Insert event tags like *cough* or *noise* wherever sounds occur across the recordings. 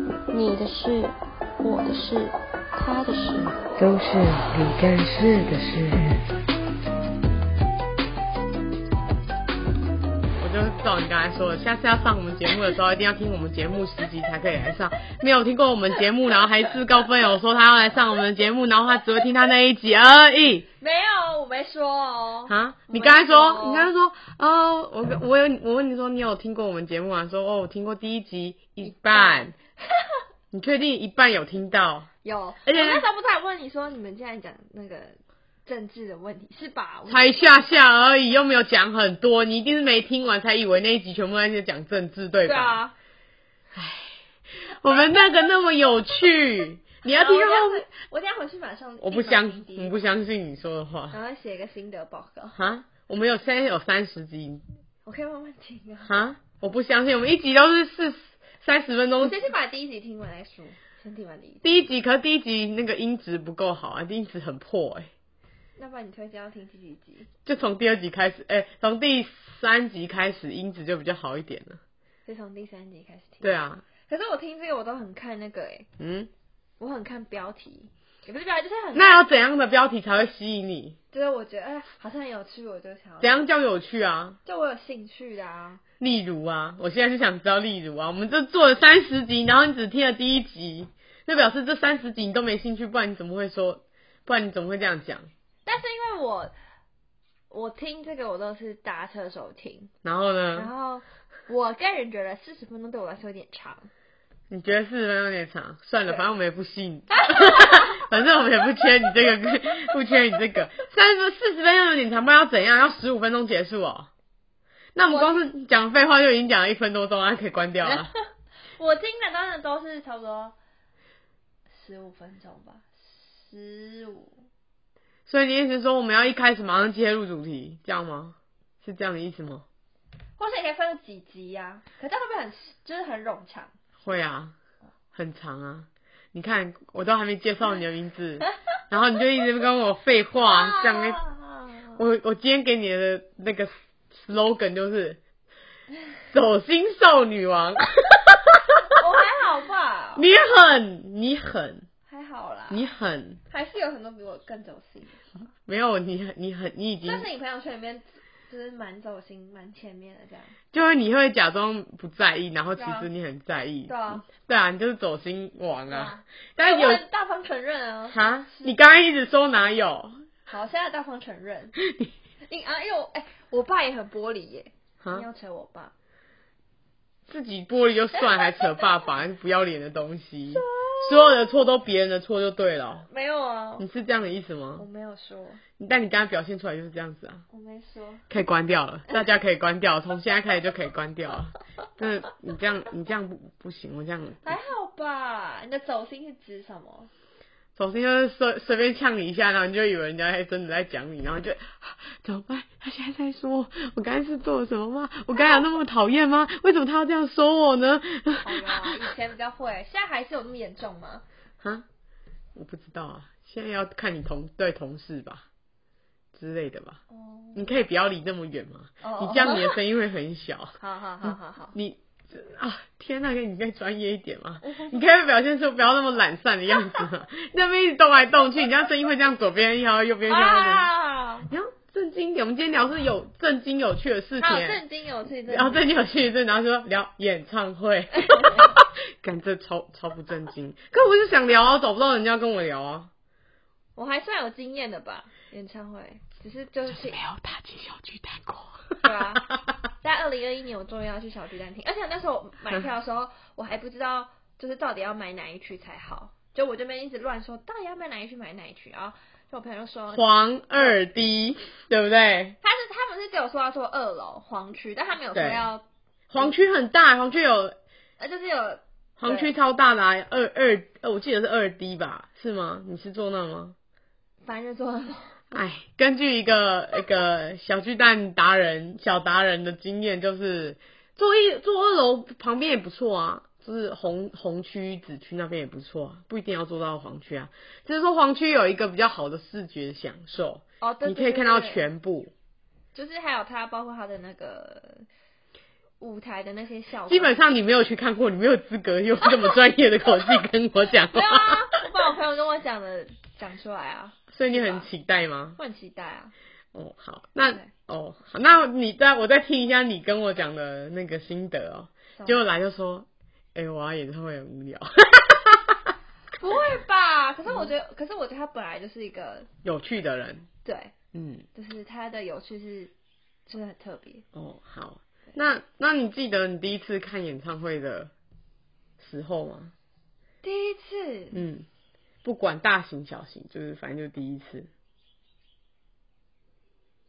的事、我的事、他的事，都是李干事的事。我就是照你刚才说的，下次要上我们节目的时候，一定要听我们节目十集才可以来上。没有听过我们节目，然后还自告奋勇说他要来上我们的节目，然后他只会听他那一集而已。没有，我没说哦。啊！我你没刚才说说，你刚才说，哦，我跟我有我问你说，你有听过我们节目吗？说哦，我听过第一集一半，你确定一半有听到？有，而且我那时候不是还问你说，你们竟然讲那个政治的问题是吧？我才一下下而已，又没有讲很多，你一定是没听完才以为那一集全部在讲政治，对对吧？啊，我们那个那么有趣，你要然听后啊我到等后面一下，我等一下回去马上，我不相，我不相信你说的话然后写一个心得报告，哈，我们有现在有三十集我可以慢慢听啊。哈，我不相信，我们一集都是四三十分我钟先。去把第一集听完再说，先听完第一集。第一集，可是第一集那个音质不够好啊，音质很破哎、那不然你推荐要听第几集？就从第二集开始，哎、从第三集开始音质就比较好一点了。就从第三集开始听。对啊，可是我听这个我都很看那个诶、嗯，我很看标题，也不是标题，就是很，那要怎样的标题才会吸引你？就是我觉得哎、好像很有趣，我就想要怎，样叫有趣啊？就我有兴趣的啊。例如啊，我现在是想知道例如啊，我们这做了三十集，然后你只听了第一集，那表示这三十集你都没兴趣，不然你怎么会说？不然你怎么会这样讲？但是因为我我听这个我都是搭车的时候听，然后然呢？后我个人觉得四十分钟对我来说有点长，你觉得四十分钟有点长？算了，对反正我们也不 *laughs* 信，反正我们也不缺你这个， *laughs* 不缺你这个。三十四十分钟有点长，不知道怎样，要十五分钟结束哦。那我们光是讲废话就已经讲了一分多钟，那可以关掉了。我听的当然都是差不多十五分钟吧，十五。所以你意思是说我们要一开始马上切入主题，这样吗？是这样的意思吗？或是也可以分几集呀、可这样会不会很就是很冗长？会啊，很长啊。你看，我都还没介绍你的名字，然后你就一直跟我废话，讲个啊欸我我今天给你的那个 slogan 就是“走心少女王我哦还好”，吧， *laughs* 你狠，你狠，还好啦，你狠，还是有很多比我更走心。没有你很，你很，你已经但是你朋友圈里面就是蛮走心、蛮前面的这样，就是你会假装不在意，然后其对啊实你很在意对，啊，对啊，你就是走心王对啊啊。但是有我很大方承认啊。哈，你刚刚一直说哪有好，现在大方承认。因啊，因为我哎、我爸也很玻璃耶，哈你？要扯我爸，自己玻璃就算，还扯爸爸，还是不要脸的东西。所有的错都别人的错就对了，没有啊，你是这样的意思我吗？没有说，但你刚刚表现出来就是这样子啊，我没说，可以关掉了，大家可以关掉，从现在开始就可以关掉了。真的，你这样你这样不不行，我这样还好吧？你的走心是指什么？首先就是随随便呛你一下，然后你就以为人家还真的在讲你，然后你就、 *gasps* 啊怎么办？他现在在说我，我刚才是做了什么吗？我刚才有那么讨厌吗？为什么他要这样说我呢？ *laughs* 好啦，以前比较会，现在还是有那么严重吗？哈，啊我不知道啊，现在要看你同对同事吧之类的吧。哦，你可以不要离那么远吗？哦你这样你的声音会很小。好好好好好，你啊，天呐、你可以专业一点吗？你可以表现出不要那么懒散的样子 *laughs* 吗？那边一直动来动去，你这样声音会这样左边一摇，右边一摇。啊，你要正经一点，我们今天聊是有正经有趣的事情好欸。震惊有趣的，然后正经有趣的事，然后说聊演唱 *laughs* 会，感这超超不正经。可我是想聊啊，找不到人家跟我聊啊。我还算有经验的吧，演唱会，只是就是没有大惊小巨蛋过。 *laughs* 对啊，在二零二一年我终于要去小巨蛋听，而且那时候买票的时候，我还不知道就是到底要买哪一区才好，就我这边一直乱说，到底要买哪一区买哪一区，然后就我朋友就说，黄二 D 对不对？他是他们是只有说要坐二楼黄区，但他没有说对要，黄区很大，黄区有呃，就是有黄区超大的、啊，二二呃，我记得是二 D 吧？是吗？你是坐那吗？反正就坐二楼，哎，根据一个一个小巨蛋达人小达人的经验，就是坐一坐二楼旁边也不错啊，就是红红区、紫区那边也不错啊，不一定要坐到黄区啊。就是说黄区有一个比较好的视觉享受， *laughs* 哦，对，你对可以看到，对对全部。就是还有他包括他的那个舞台的那些效果。基本上你没有去看过，你没有资格用这么专业的口气跟我讲 *laughs* 没有话，啊，我把我朋友跟我讲的讲出来啊，所以你很期待吗？我很期待啊。哦，好，那对哦，好，那你再我再听一下你跟我讲的那个心得哦。结果来就说，哎、我要演唱会很无聊， *laughs* 不会吧？可是我觉得，可是我觉得他本来就是一个有趣的人，对，嗯，就是他的有趣是真的很特别。哦，好，那那你记得你第一次看演唱会的时候吗？第一次，嗯，不管大型小型，就是反正就第一次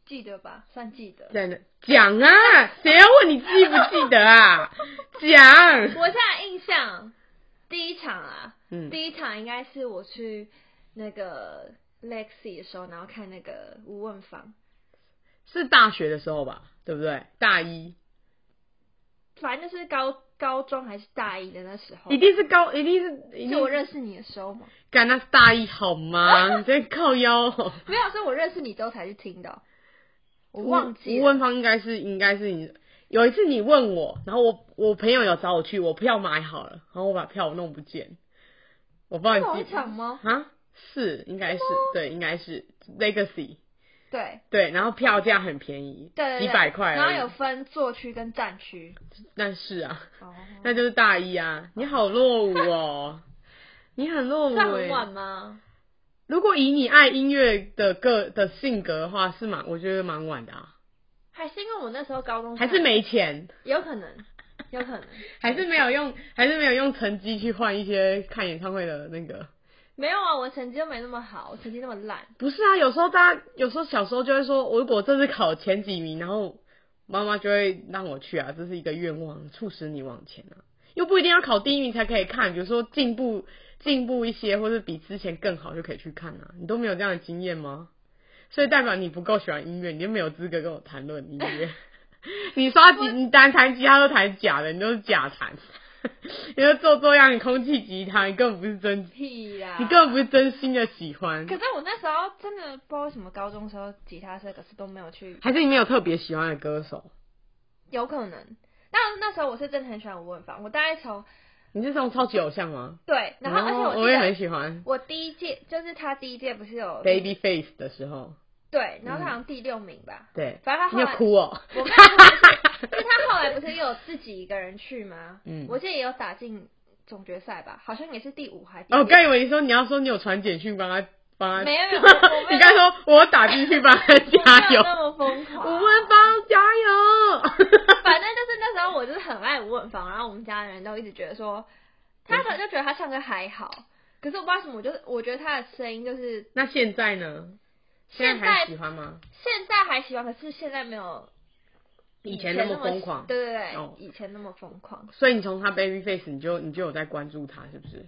记得吧？算记得。在那讲啊，谁要问你记不记得啊？讲， *laughs* 我现在印象第一场啊，嗯，第一场应该是我去那个 Lexi 的时候，然后看那个吴问芳，是大学的时候吧，对不对？大一反正就是高高中还是大一的那时候一，定是高，一定是一是我定啊认识你的时候嘛？干那是大一好 *laughs* 吗？你在靠腰哦、没有，是我认识你之后才去听的哦、我忘记吴吴了。文芳应该是应该是你有一次你问我，然后我我朋友有找我去，我票买好了，然后我把票弄不见，我不知道某你一记场吗？啊是应该是对应该是 Legacy 对。对，然后票价很便宜，对对对几百块然后而有已，分座区跟战区。但是啊，哦，那就是大一啊，你好落伍 *laughs* 哦，你很落伍算很欸晚吗？如果以你爱音乐的个的性格的话，是蛮我觉得蛮晚的啊，还是因为我那时候高中还是没钱。有可能，有可能 *laughs* 还是没有用，还是没有用成绩去换一些看演唱会的那个。没有啊，我成绩又没那么好，我成绩那么烂，不是啊，有时候大家有时候小时候就会说，我如果这次考前几名，然后妈妈就会让我去啊，这是一个愿望，促使你往前啊。又不一定要考第一名才可以看，比如说进步进步一些，或是比之前更好就可以去看啊。你都没有这样的经验吗？所以代表你不够喜欢音乐，你就没有资格跟我谈论音乐。你刷吉，你单弹吉他都弹假的，你都是假弹， *laughs* 你就做做样，你空气吉他，你根本不是真，屁啦！你根本不是真心的喜欢。可是我那时候真的不知道为什么，高中时候吉他社可是都没有去，还是你没有特别喜欢的歌手？有可能。但那时候我是真的很喜欢吴文芳，我大概从你是从超级偶像吗？对，然后而且哦我记得我也很喜欢我第一届就是他第一届不是有 Baby Face 的时候，对，然后他好像第六名吧，对，反正他后你有来哭哦、我没有哭，是是他后来不是又有自己一个人去吗？嗯我记得也有打进总决赛吧，好像也是第五还是第 *laughs* 哦，我六刚以为你说你要说你有传简讯帮他帮他，没有 *laughs* 没有我没有你刚说我打进去帮他加油 *laughs* 我没有，那么疯吴狂。文芳加油， *laughs* 反正就是那时候我就是很爱吴文芳，然后我们家人都一直觉得说，他可能就觉得他唱歌还好，可是我不知道为什么，我就是我觉得他的声音就是那现在呢？现现在在还喜欢吗？现在还喜欢，可是现在没有以前前那那么疯狂，对对对，哦以前那么疯狂，所以你从他 Baby Face 你就你就有在关注他是不是？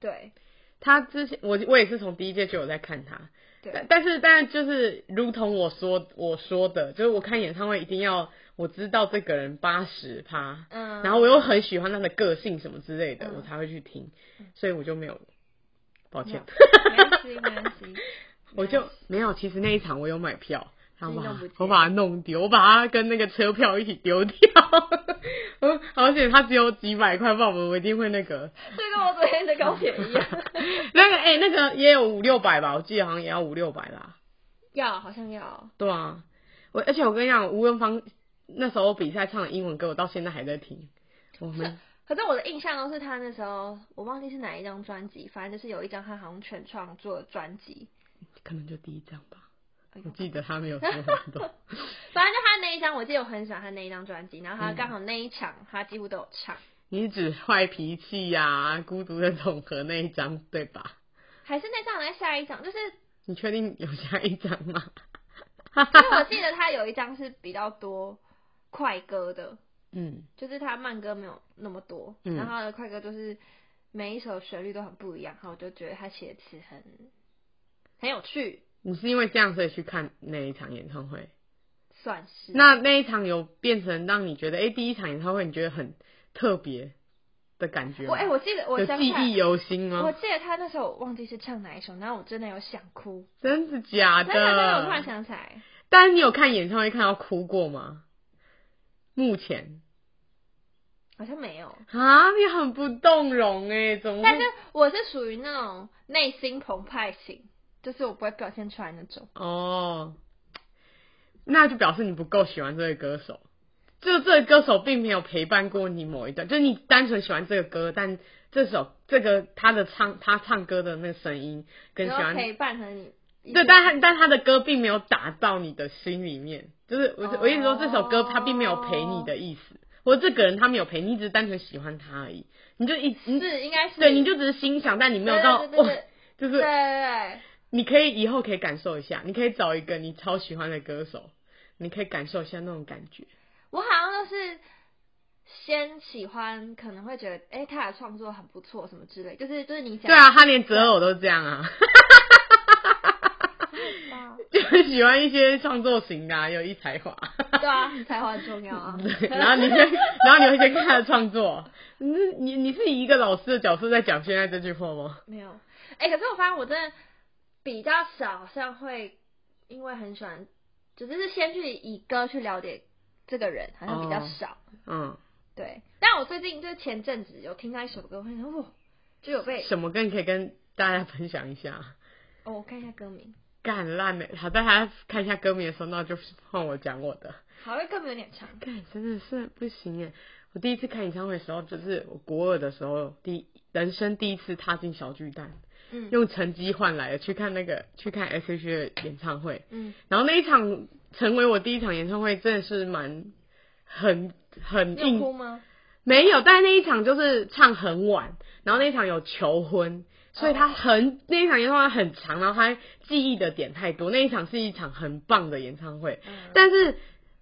对他之前我我也是从第一届就有在看他，但对但是但就是，如同我说我说的，就是我看演唱会一定要我知道这个人八十趴，嗯然后我又很喜欢他的个性什么之类的，嗯我才会去听，所以我就没有，抱歉，没关系没关系， *laughs* 我就没有。其实那一场我有买票，然后所把以弄不见我把它弄丢，我把它跟那个车票一起丢掉， *laughs* 嗯好险它只有几百块，不然我我一定会那个。 *laughs* 这跟我昨天的高铁一样，那个哎、那个也有五六百吧，我记得好像也要五六百吧。要好像要。对啊，我而且我跟你讲，吴文芳那时候比赛唱的英文歌，我到现在还在听。我们可是我的印象都是他那时候，我忘记是哪一张专辑，反正就是有一张他好像全创作的专辑，可能就第一张吧，哎呦我记得他没有说很 *laughs* 多。反正就他那一张，我记得我很喜欢他那一张专辑，然后他刚好那一场他几乎都有唱，你指坏脾气呀、孤独的总和那一张对吧？还是那张还是下一 *laughs* 张，就是因你确定有下一张吗？为我记得他有一张是比较多快歌的，嗯，就是他慢歌没有那么多，嗯然后他的快歌就是每一首旋律都很不一样，然后我就觉得他写的词很很有趣，你是因为这样所以去看那一场演唱会？算是那那一场有变成让你觉得，哎、第一场演唱会你觉得很特别的感觉吗？我哎、我记得我有想记起来忆哦犹新我吗？记得他那时候我忘记是唱哪一首，然后我真的有想哭，真的假真的？的真的，我突然想起来，但是你有看演唱会看到哭过吗？目前好像没有。啊，你很不动容哎、怎么会？但是我是属于那种内心澎湃型，就是我不会表现出来那种。哦，那就表示你不够喜欢这个歌手，就这个歌手并没有陪伴过你某一段，就是你单纯喜欢这个歌，但这首这个他的唱他唱歌的那个声音跟喜然后欢可以扮成你一对，个但他但他的歌并没有打到你的心里面，就是我、我一直说这首歌他并没有陪你的意思，或者这个人他没有陪你，你只是单纯喜欢他而已，你就一你是应该是对你就只是欣赏，但你没有对到对对对哇，就是对对对，你可以以后可以感受一下，你可以找一个你超喜欢的歌手，你可以感受一下那种感觉。我好像就是先喜欢，可能会觉得哎、诶他的创作很不错什么之类，就是就是你讲对啊，他连择偶都这样啊， *laughs* 啊，就是喜欢一些创作型的、啊，有一才华。 *laughs* 对啊，才华很重要啊。对，然后你先，然后你会先看他的创作。你是你你是以一个老师的角色在讲现在这句话吗？没有，哎、可是我发现我真的比较少，好像会因为很喜欢，就就是先去以歌去了解这个人，好像比较哦少。嗯，对，但我最近就是前阵子有听到一首歌，我想说哇，哦就有被什么更可以跟大家分享一下？哦，我看一下歌名，干烂的，好在他看一下歌名的时候，那就是换我讲我的。好像歌名有点长。干，真的是不行哎！我第一次看演唱会的时候，就是我国二的时候，第人生第一次踏进小巨蛋，嗯用成绩换来的去看那个去看 S.H.E 的演唱会。嗯，然后那一场成为我第一场演唱会，真的是蛮很很你有哭硬，吗？没有，但那一场就是唱很晚，然后那一场有求婚，所以他很、那一场演唱会很长，然后他记忆的点太多，那一场是一场很棒的演唱会，嗯但是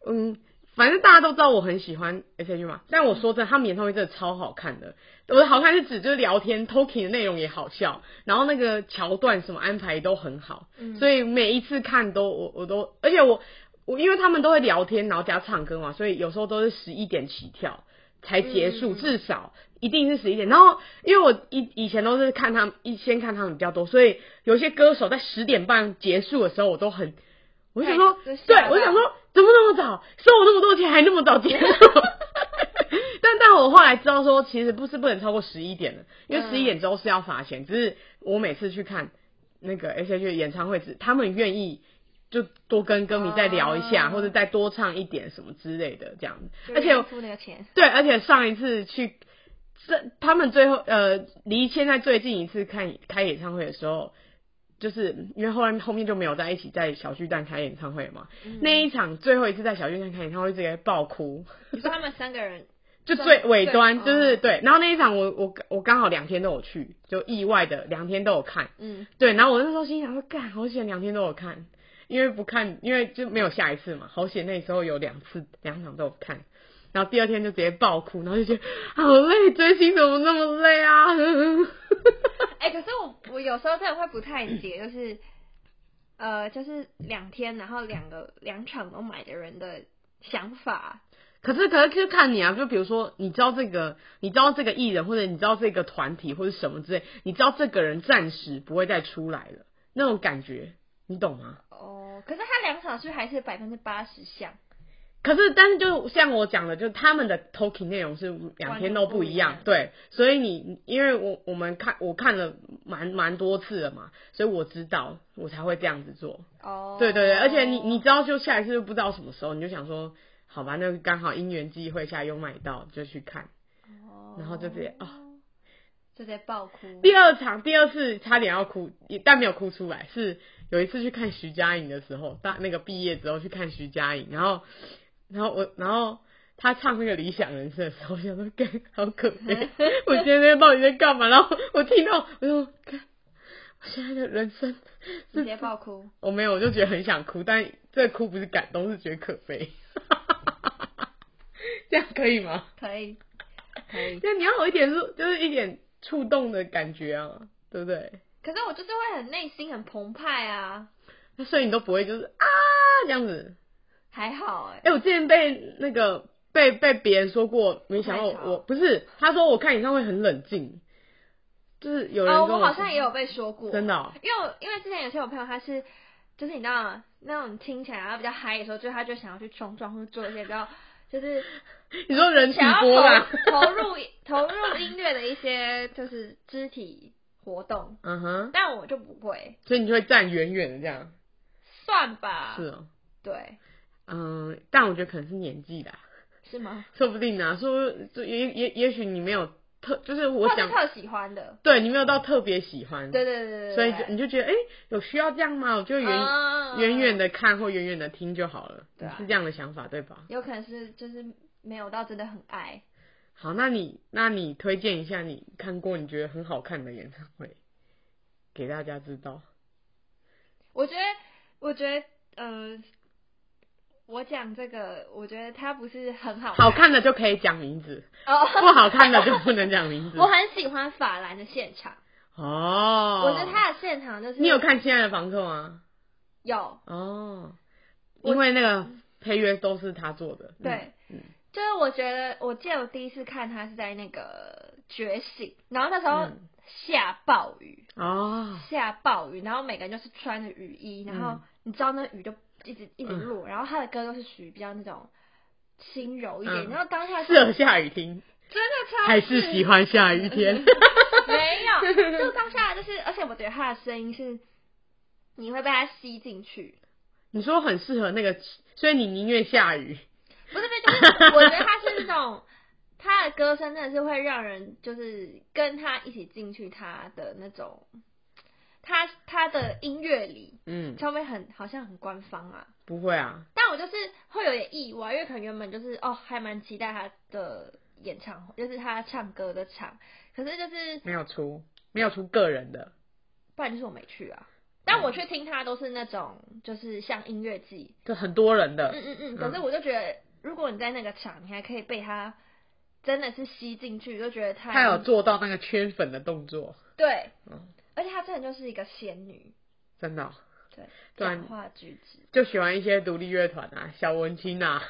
嗯。反正大家都知道我很喜欢 S.H.E 嘛，但我说真的，他们演唱会真的超好看的。我的好看是指就是聊天 talking 的内容也好笑，然后那个桥段什么安排都很好。嗯，所以每一次看都我我都，而且我我因为他们都会聊天，然后加唱歌嘛，所以有时候都是十一点起跳才结束，嗯嗯嗯至少一定是十一点。然后因为我以以前都是看他们，一先看他们比较多，所以有些歌手在十点半结束的时候，我都很。我想说，太对吓到我想说，怎么那么早？收我那么多钱还那么早结 *laughs* 束？但但我后来知道说，其实不是不能超过十一点的，因为嗯十一点之后是要罚钱。只是我每次去看那个 S H 演唱会，只他们愿意就多跟歌迷再聊一下，哦或者再多唱一点什么之类的这样子。就而且愿意付那个钱，对，而且上一次去这他们最后呃离现在最近一次看开演唱会的时候，就是因为后来后面就没有在一起在小巨蛋开演唱会嘛。嗯那一场最后一次在小巨蛋开演唱会，直接爆哭，你说他们三个人，就对最尾端对就是哦对。然后那一场我我我刚好两天都有去，就意外的两天都有看。嗯，对，然后我那时候心想说，干，好险两天都有看，因为不看，因为就没有下一次嘛，好险那时候有两次两场都有看，然后第二天就直接爆哭，然后就觉得好累，追星怎么那么累啊？ *laughs* 哎、可是我我有时候真的会不太解，就是呃，就是两天，然后两个两场都买的人的想法，可是可是就看你啊，就比如说你知道这个，你知道这个艺人或者你知道这个团体或者什么之类，你知道这个人暂时不会再出来了，那种感觉，你懂吗？哦，可是他两场去还是百分之八十像，可是，但是就像我讲的，就他们的 talking 内容是两天都不一样完全，不对，所以你因为我我们看我看了蛮蛮多次了嘛，所以我知道我才会这样子做，哦，对对对，而且你你知道，就下一次就不知道什么时候，你就想说，好吧，那刚好因缘际会下又买到就去看，哦，然后就直接哦就直接爆 *laughs* 哭，第二场第二次差点要哭，也但没有哭出来。是有一次去看徐佳莹的时候，大那个毕业之后去看徐佳莹，然后然后我然后她唱那个《理想人生》的时候，我想说，干好可 *laughs* 悲，我今天到底在干嘛？然后我听到，我说，干，我现在的人生直接是，爆哭，我没有，我就觉得很想哭，但这哭不是感动，是觉得可悲。 *laughs* 这样可以吗？可以可以，就你要有一点，就是一点触动的感觉啊，对不对？可是我就是会很内心很澎湃啊，那所以你都不会就是啊这样子。还好哎、哎、我之前被那个被被别人说过，没想到太我吵我不是，他说我看演唱会很冷静，就是有人哦，跟我好像也有有被说过，真的哦、因为我因为之前有些我朋友他是，就是你知道那种听起来然后比较嗨的时候，就他就想要去冲撞或者做一些比较就是你说人体想要波浪，投投入投入音乐的一些就是肢体活动，嗯哼，但我就不会，所以你就会站远远的这样，算吧，是哦，对，嗯，但我觉得可能是年纪啦，是吗？说不定啊，说就也也也许你没有特，就是我或是想，特喜欢的，对你没有到特别喜欢，对对对对对，嗯所以就你就觉得哎、诶有需要这样吗？我就远远远的，的看或远远的听就好了，对啊是这样的想法对吧？有可能是就是没有到真的很爱，好，那你那你推荐一下你看过你觉得很好看的演唱会，给大家知道。我觉得，我觉得，呃，我讲这个，我觉得它不是很好好看的就可以讲名字，不哦。好看的就不能讲名字我。很喜欢法兰的现场，哦，我觉得他的现场就是你有看《亲爱的房客》吗？有，哦，我因为那个配乐都是他做的。嗯对，嗯就是我觉得，我记得我第一次看他是在那个觉醒，然后那时候嗯下暴雨，哦，下暴雨，然后每个人就是穿着雨衣，然后嗯你知道那雨就一直一直嗯落，然后他的歌都是属于比较那种轻柔一点，嗯然后当下适合下雨听，真的超还是适喜欢下雨天？没有，就当下就是，而且我觉得他的声音是，你会被他吸进去， *laughs* 你说很适合那个，所以你宁愿下雨。不是，不是就是我觉得他是那种，他的歌声真的是会让人就是跟他一起进去他的那种，他他的音乐里，嗯，稍微很好像很官方啊，不会啊，但我就是会有点意外，因为可能原本就是哦，还蛮期待他的演唱会，就是他唱歌的场，可是就是没有出，没有出个人的。不然就是我没去啊。嗯但我去听他都是那种，就是像音乐季，就很多人的，嗯嗯嗯。嗯可是我就觉得，如果你在那个场，你还可以被他真的是吸进去，就觉得他他有做到那个圈粉的动作，对嗯，而且她真的就是一个仙女，真的哦、对，对啊讲话举止，就喜欢一些独立乐团啊，小文青啊，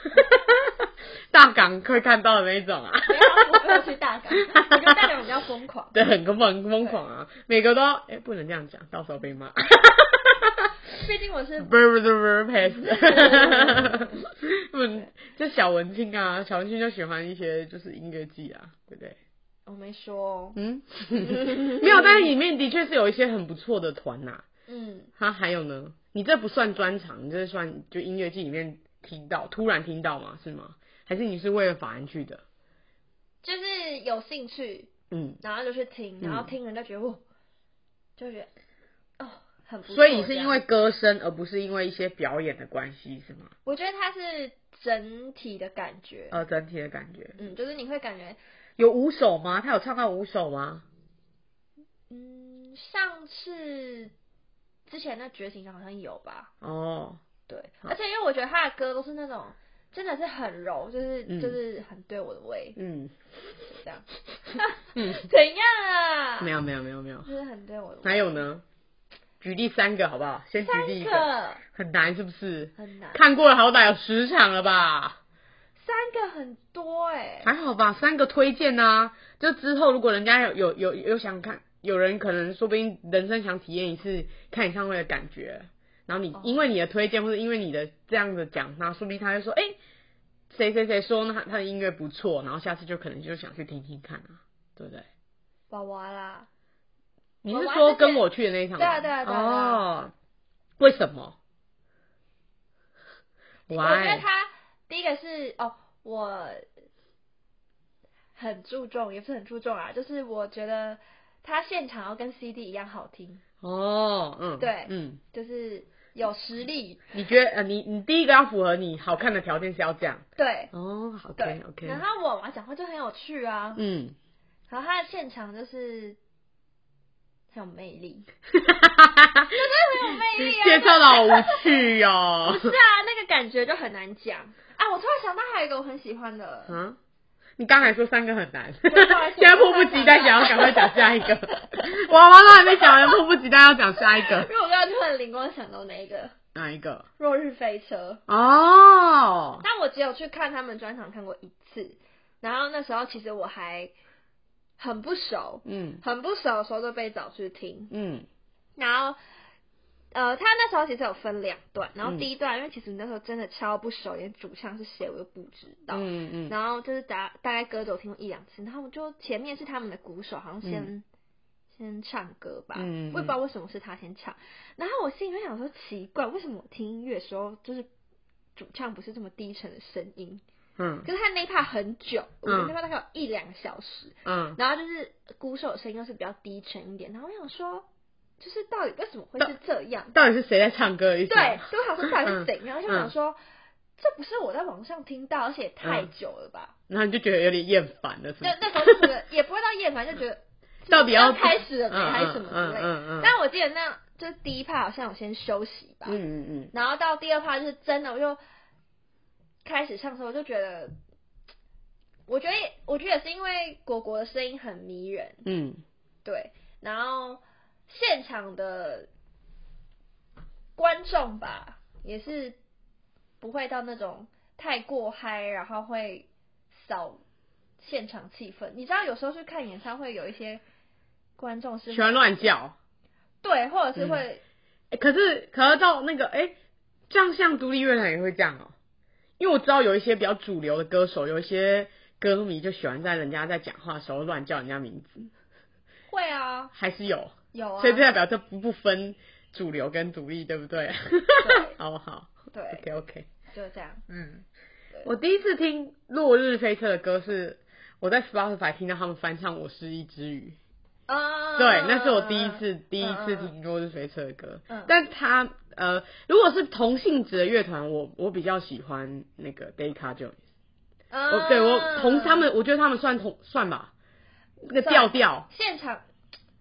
*laughs* 大港会看到的那一种啊，没有我没有去大港，啊我觉得大港比较 *laughs* 疯狂，对，很疯疯狂啊，每个都哎、不能这样讲，到时候被骂。毕竟我是不是不是不是 pass，嗯，就小文青啊，小文青就喜欢一些就是音乐季啊，对不对？我没说哦，嗯，没有，但是里面的确是有一些很不错的团啊呐、嗯，它还有呢，你这不算专场，你这算就音乐季里面听到，突然听到吗？是吗？还是你是为了法兰去的？就是有兴趣，嗯，然后就去听，嗯然后听人就觉得哇，就觉得哦，很不嗯错。所以你是这样因为歌声，而不是因为一些表演的关系，是吗？我觉得它是整体的感觉，呃，整体的感觉嗯，就是你会感觉，有五首吗？他有唱到五首吗？嗯，上次之前那觉醒好像有吧，哦，对，好而且因为我觉得他的歌都是那种真的是很柔，就是、嗯就是很对我的胃嗯这样，嗯， *laughs* 怎样啊？没有没有没有没有，就是很对我的胃。还有呢？举例三个好不好？先举例一三个，个很难是不是？很难，看过了好歹有十场了吧？三个很多哎、还好吧，三个推荐呐、就之后如果人家有有有有想看，有人可能说不定人生想体验一次看演唱会的感觉，然后你、哦因为你的推荐或者因为你的这样的讲，那说不定他就说，哎、谁谁谁说他他的音乐不错，然后下次就可能就想去听听看啊，对不对？娃娃啦，你我是玩说这跟些我去的那一场吗？对啊对啊对啊对啊哦，为什么我觉得？Why？他第一个是哦，我很注重，也不是很注重啊，就是我觉得他现场要跟 CD 一样好听，哦，嗯，对嗯。就是有实力，你觉得呃，你你第一个要符合你好看的条件是要这样对哦，好对 OK OK，然后我娃讲话就很有趣啊，嗯，然后他的现场就是很有魅 *laughs* 力，很有魅力啊，介绍的好无趣 *laughs* 不哦是。啊，那个感觉就很难讲啊。我突然想到还有一个我很喜欢的，嗯，你刚才说三个很难，对不好 *laughs* 意思现在迫不及待想要赶快讲下一个， *laughs* 娃娃都还没讲完，迫不及待要讲下一个因，为我刚刚突然灵光想到那一个《哪一个？落日飞车》。哦，但我只有去看他们专场看过一次，然后那时候其实我还很不熟，嗯很不熟的时候就被找去听，嗯然后呃，他那时候其实有分两段，然后第一段、因为其实那时候真的超不熟，连主唱是谁我都不知道，嗯嗯，然后就是大大概歌手听过一两次，然后我就前面是他们的鼓手，好像先、先唱歌吧，嗯嗯嗯我也不知道为什么是他先唱。然后我心里面想说奇怪，为什么我听音乐的时候就是主唱不是这么低沉的声音？嗯可是他那一 part 很久，我觉得嗯那 part 大概有一两个小时，嗯，然后就是鼓手的声音又是比较低沉一点，然后我想说，就是到底为什么会是这样？到底是谁在唱歌的意思？对，就想说到底是嗯怎样，就想说。这不是我在网上听到，而且也太嗯久了吧？然后你就觉得有点厌烦了，是那吗？那时候就觉得也不会到厌烦，就觉得到底要开始了嗯嗯没，还是什么之类的。嗯嗯嗯但我记得那就是第一趴好像我先休息吧，嗯嗯嗯，然后到第二趴就是真的我就开始唱的时候，我就觉得，我觉得也我觉得也是因为果果的声音很迷人，嗯，对，然后现场的观众吧也是不会到那种太过嗨，然后会扫现场气氛。你知道有时候去看演唱会有一些观众是喜欢乱叫。对，或者是会、欸可是，可是到那个，哎、这样像独立乐团也会这样哦、因为我知道有一些比较主流的歌手，有一些歌迷就喜欢在人家在讲话的时候乱叫人家名字，会啊，还是有，有啊，所以这代表这不不分主流跟独立，对不对？ *laughs* 好不好对， ？OK OK，就这样。嗯对，我第一次听《落日飞车》的歌是我在 Spotify 听到他们翻唱《我是一只鱼》。啊，对，那是我第一次、嗯第一次嗯听落日飞车的歌，嗯但他呃，如果是同性质的乐团，我我比较喜欢那个 Dayca Jones，、嗯我对我同他嗯们，我觉得他们算同算吧，那个调调，啊现场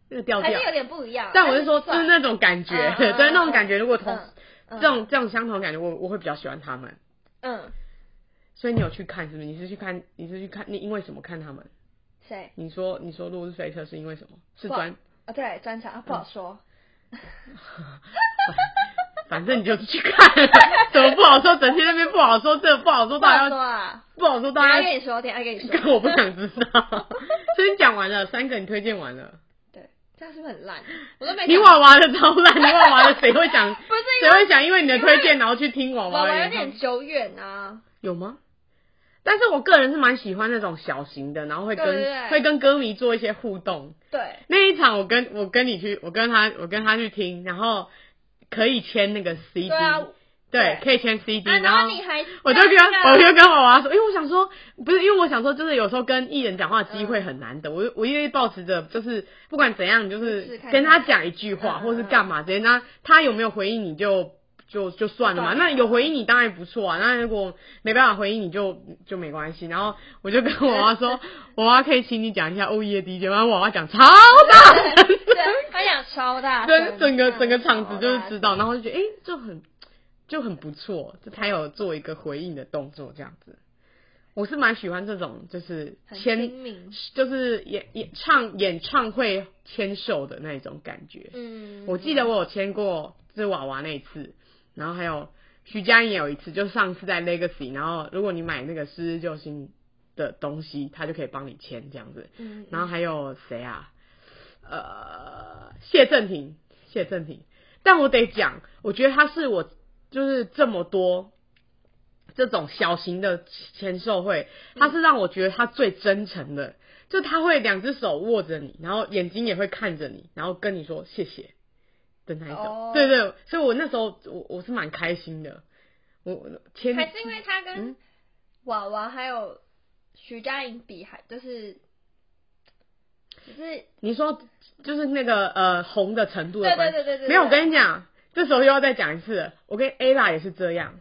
那个调还调是，有点不一样，但我是说就是算那种感觉，嗯嗯 *laughs* 对嗯那种感觉，如果同、嗯嗯这种这种相同的感觉，我我会比较喜欢他们。嗯所以你有去看是不是？你是去看你是去看你因为什么看他们？谁你说你说落日飞车是因为什么？是不好专啊？对，专场啊，不好说。 *laughs* 反正你就去看了，怎么不好说？整天那边不好说，这不好说，不大家好嗯说要啊，不好说，等一大下家跟你说，等一下跟你说。 *laughs* 跟我不想知道。所以你讲完了，三个你推荐完 *laughs* 了，对，这样是不是很烂？我都没讲。你娃娃的超烂，你娃娃的谁会想？ *laughs* 不是因谁为会想因为你的推荐然后去听娃我娃的玩有演唱会点久远啊，有吗？但是我个人是蛮喜欢那种小型的，然后会跟对对对会跟歌迷做一些互动。对，那一场我跟我跟你去，我跟他我跟他去听，然后可以签那个 CD，对啊，对对可以签 CD，、啊，然后后你还我就跟我那个就跟娃娃说，因为我想说，不是因为我想说，就是有时候跟艺人讲话的机嗯会很难得，我我愿意保持着，就是不管怎样，就试试是看跟他讲一句话，嗯嗯或是干嘛之类，那他有没有回应你就就就算了嘛，算了那有回应你当然不错啊，那如果没办法回应你就就没关系。然后我就跟娃娃 *laughs* 说，娃娃可以请你讲一下哦欧耶 DJ 吗？娃娃讲超大声，对，他讲超大对声，整个嗯整个场子就是超大知道，然后就觉得哎、诶就很就很不错，就他有做一个回应的动作这样子。我是蛮喜欢这种，就是很签，精明，就是演演唱演唱会签售的那种感觉。嗯，我记得我有签过是娃娃那一次，然后还有徐佳莹也有一次，就上次在 Legacy，然后如果你买那个失之救星的东西，他就可以帮你签这样子。嗯，嗯，然后还有谁啊？呃，谢振廷，谢振廷。但我得讲，我觉得他是我就是这么多这种小型的签售会，他是让我觉得他最真诚的，就他会两只手握着你，然后眼睛也会看着你，然后跟你说谢谢的那一种。哦对对，所以我那时候我我是蛮开心的。我我签还是因为他跟嗯娃娃还有徐佳莹比，还就是。只是你说就是那个呃红的程度的对关系，对对对对没有，对我跟你讲，这时候又要再讲一次了，我跟 Ella 也是这样，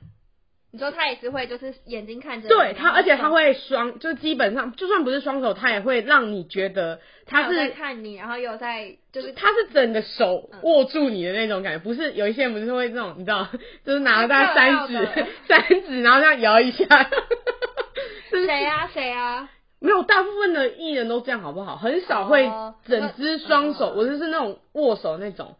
你说他也是会，就是眼睛看着你，对然他，后而且他手会双，就基本上就算不是双手，他也会让你觉得他有在是。看你，然后有在嗯就是他是整个手握住你的那种感觉，不是有一些人不是会那种，你知道，就是拿了大概三是啊指特效的，三指，然后这样摇一下， *laughs* 就是谁啊谁啊，没有，大部分的艺人都这样，好不好？很少会哦整只双手，嗯我就是那种握手那种。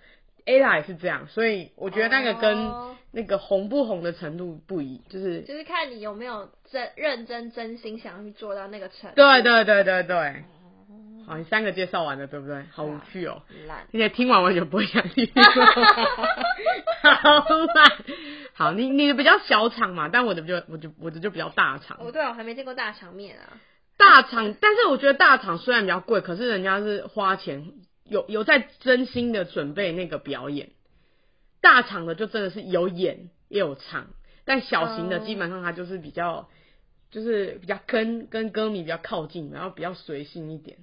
Ella 也是这样，所以我觉得那个跟哦那个红不红的程度不一，就是就是看你有没有真认真真心想去做到那个程度。对对对对对，好，你三个介绍完了，对不对？好无趣哦、烂。而且听完完全不会想去好啦，好，你你的比较小场嘛，但我的比较我就我的就比较大场，哦，对啊，我还没见过大场面啊。大场，但是我觉得大场虽然比较贵，可是人家是花钱有有在真心的准备那个表演，大场的就真的是有演也有唱，但小型的哦基本上它就是比较。就是比较跟跟歌迷比较靠近，然后比较随性一点，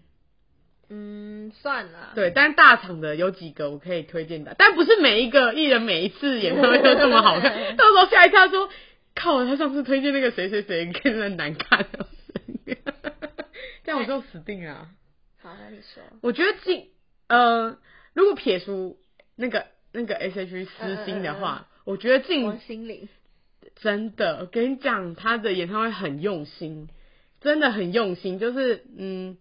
嗯，算了。对。但是大场的有几个我可以推荐的，但不是每一个艺人每一次演唱会都这么好 *laughs* 看，到时候吓一跳说，靠，他上次推荐那个谁谁谁更的难看了，这样我就死定了啊。好，那你说。我觉得进呃，如果撇除那个那个 S H E 私心的嗯嗯话，我觉得王进心凌，真的，我跟你讲，他的演唱会很用心，真的很用心，就是嗯。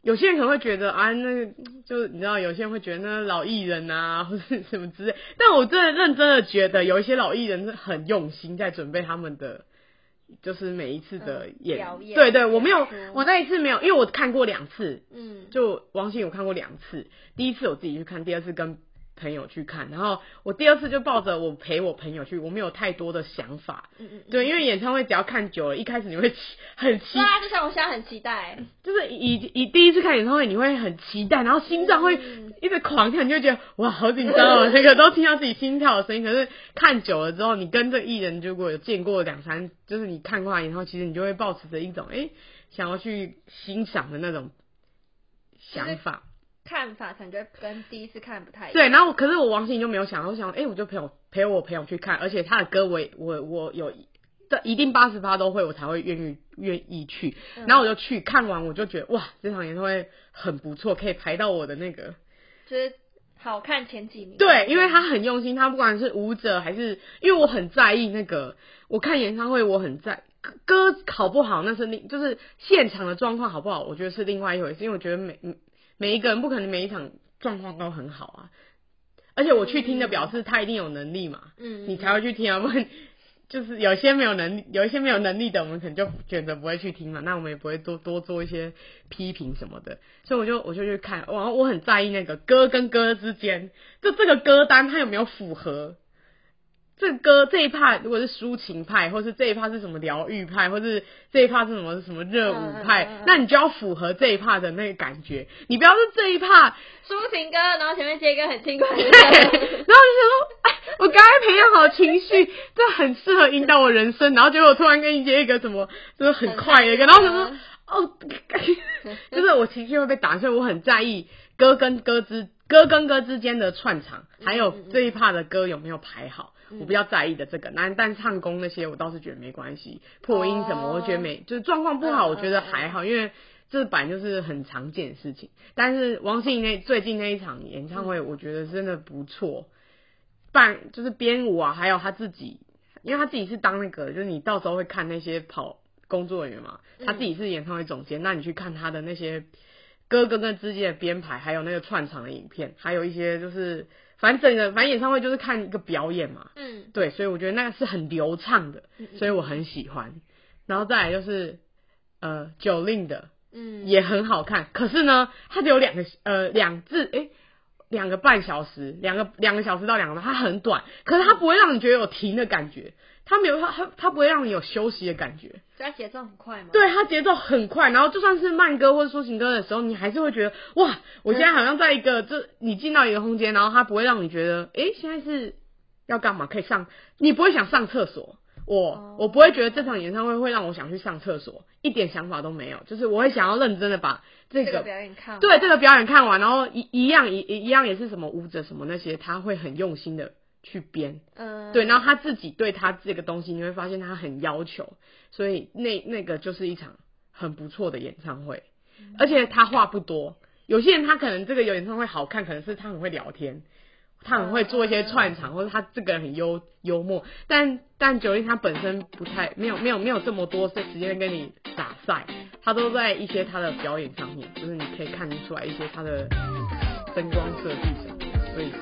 有些人可能会觉得啊，那个就是你知道，有些人会觉得那老艺人啊， *laughs* 或是什么之类。但我真的认真的觉得，有一些老艺人是很用心在准备他们的，就是每一次的嗯演。表演对对，我没有演，出我那一次没有，因为我看过两次，嗯，就王心凌我看过两次，第一次我自己去看，第二次跟朋友去看，然后我第二次就抱着我陪我朋友去，我没有太多的想法。嗯嗯，嗯对，因为演唱会只要看久了，一开始你会期很期，对啊，就像我现在很期待，就是以以第一次看演唱会，你会很期待，然后心脏会嗯一直狂跳，你就会觉得哇好紧张哦，那个都听到自己心跳的声音。可是看久了之后，你跟这艺人如果有见过两三，就是你看过他演唱会，其实你就会抱持着一种哎、诶想要去欣赏的那种就是想法。看法感觉跟第一次看不太一样。对，然后我可是我王心凌就没有想到，我想，哎、我就陪我陪我朋友去看，而且他的歌我也我我有这一定八十八都会，我才会愿意愿意去。嗯然后我就去看完，我就觉得哇，这场演唱会很不错，可以排到我的那个。就是好看前几名。对，因为他很用心，他不管是舞者还是，因为我很在意那个，我看演唱会我很在歌歌好不好，那是另就是现场的状况好不好，我觉得是另外一回事，因为我觉得每每一个人不可能每一场状况都很好啊，而且我去听的表示他一定有能力嘛，嗯，你才会去听啊，不然就是有些没有能力，有一些没有能力的，我们可能就选择不会去听嘛，那我们也不会多多做一些批评什么的，所以我就我就去看，然后我很在意那个歌跟歌之间，就这个歌单它有没有符合。这个歌这一派如果是抒情派，或是这一派是什么疗愈派，或是这一派是什么什么热舞派，嗯嗯嗯嗯那你就要符合这一派的那个感觉。你不要是这一派抒情歌，然后前面接一个很轻快的对，然后我就想说，哎，我刚才培养好情绪，这很适合引导我人生，然后结果我突然跟你接一个什么，就是很快的一个，然后我就说，哦，就是我情绪会被打碎，我很在意歌跟歌之歌跟歌之间的串场，还有这一趴的歌有没有排好。我比较在意的这个，那但唱功那些我倒是觉得没关系，破音什么，我觉得没，就是状况不好，我觉得还好，因为这版就是很常见的事情。但是王心凌那最近那一场演唱会，我觉得真的不错，办就是编舞啊，还有他自己，因为他自己是当那个，就是你到时候会看那些跑工作人员嘛，他自己是演唱会总监，那你去看他的那些歌跟歌之间的编排，还有那个串场的影片，还有一些就是反正整个反正演唱会就是看一个表演嘛，嗯，对，所以我觉得那个是很流畅的，所以我很喜欢。然后再来就是呃九令的，嗯，也很好看。可是呢，它只有两个呃两至诶两个半小时，两个两个小时到两个半，它很短，可是它不会让你觉得有停的感觉，它没有它它它不会让你有休息的感觉。所以它节奏很快嘛。，对，它节奏很快，然后就算是慢歌或者抒情歌的时候，你还是会觉得哇，我现在好像在一个就你进到一个空间，然后它不会让你觉得诶现在是要干嘛，可以上，你不会想上厕所。我哦我不会觉得这场演唱会会让我想去上厕所，一点想法都没有，就是我会想要认真的把这这个个表演看完。对这个表演看完，然后一一样一一样也是什么舞者什么那些，他会很用心的去编，嗯，对，然后他自己对他这个东西，你会发现他很要求，所以那那个就是一场很不错的演唱会，而且他话不多，有些人他可能这个演唱会好看，可能是他很会聊天。他很会做一些串场，或者他这个人很幽幽默，但但九令他本身不太没有没有没有这么多时间跟你打赛，他都在一些他的表演上面，就是你可以看出来一些他的灯光设计什么的，所以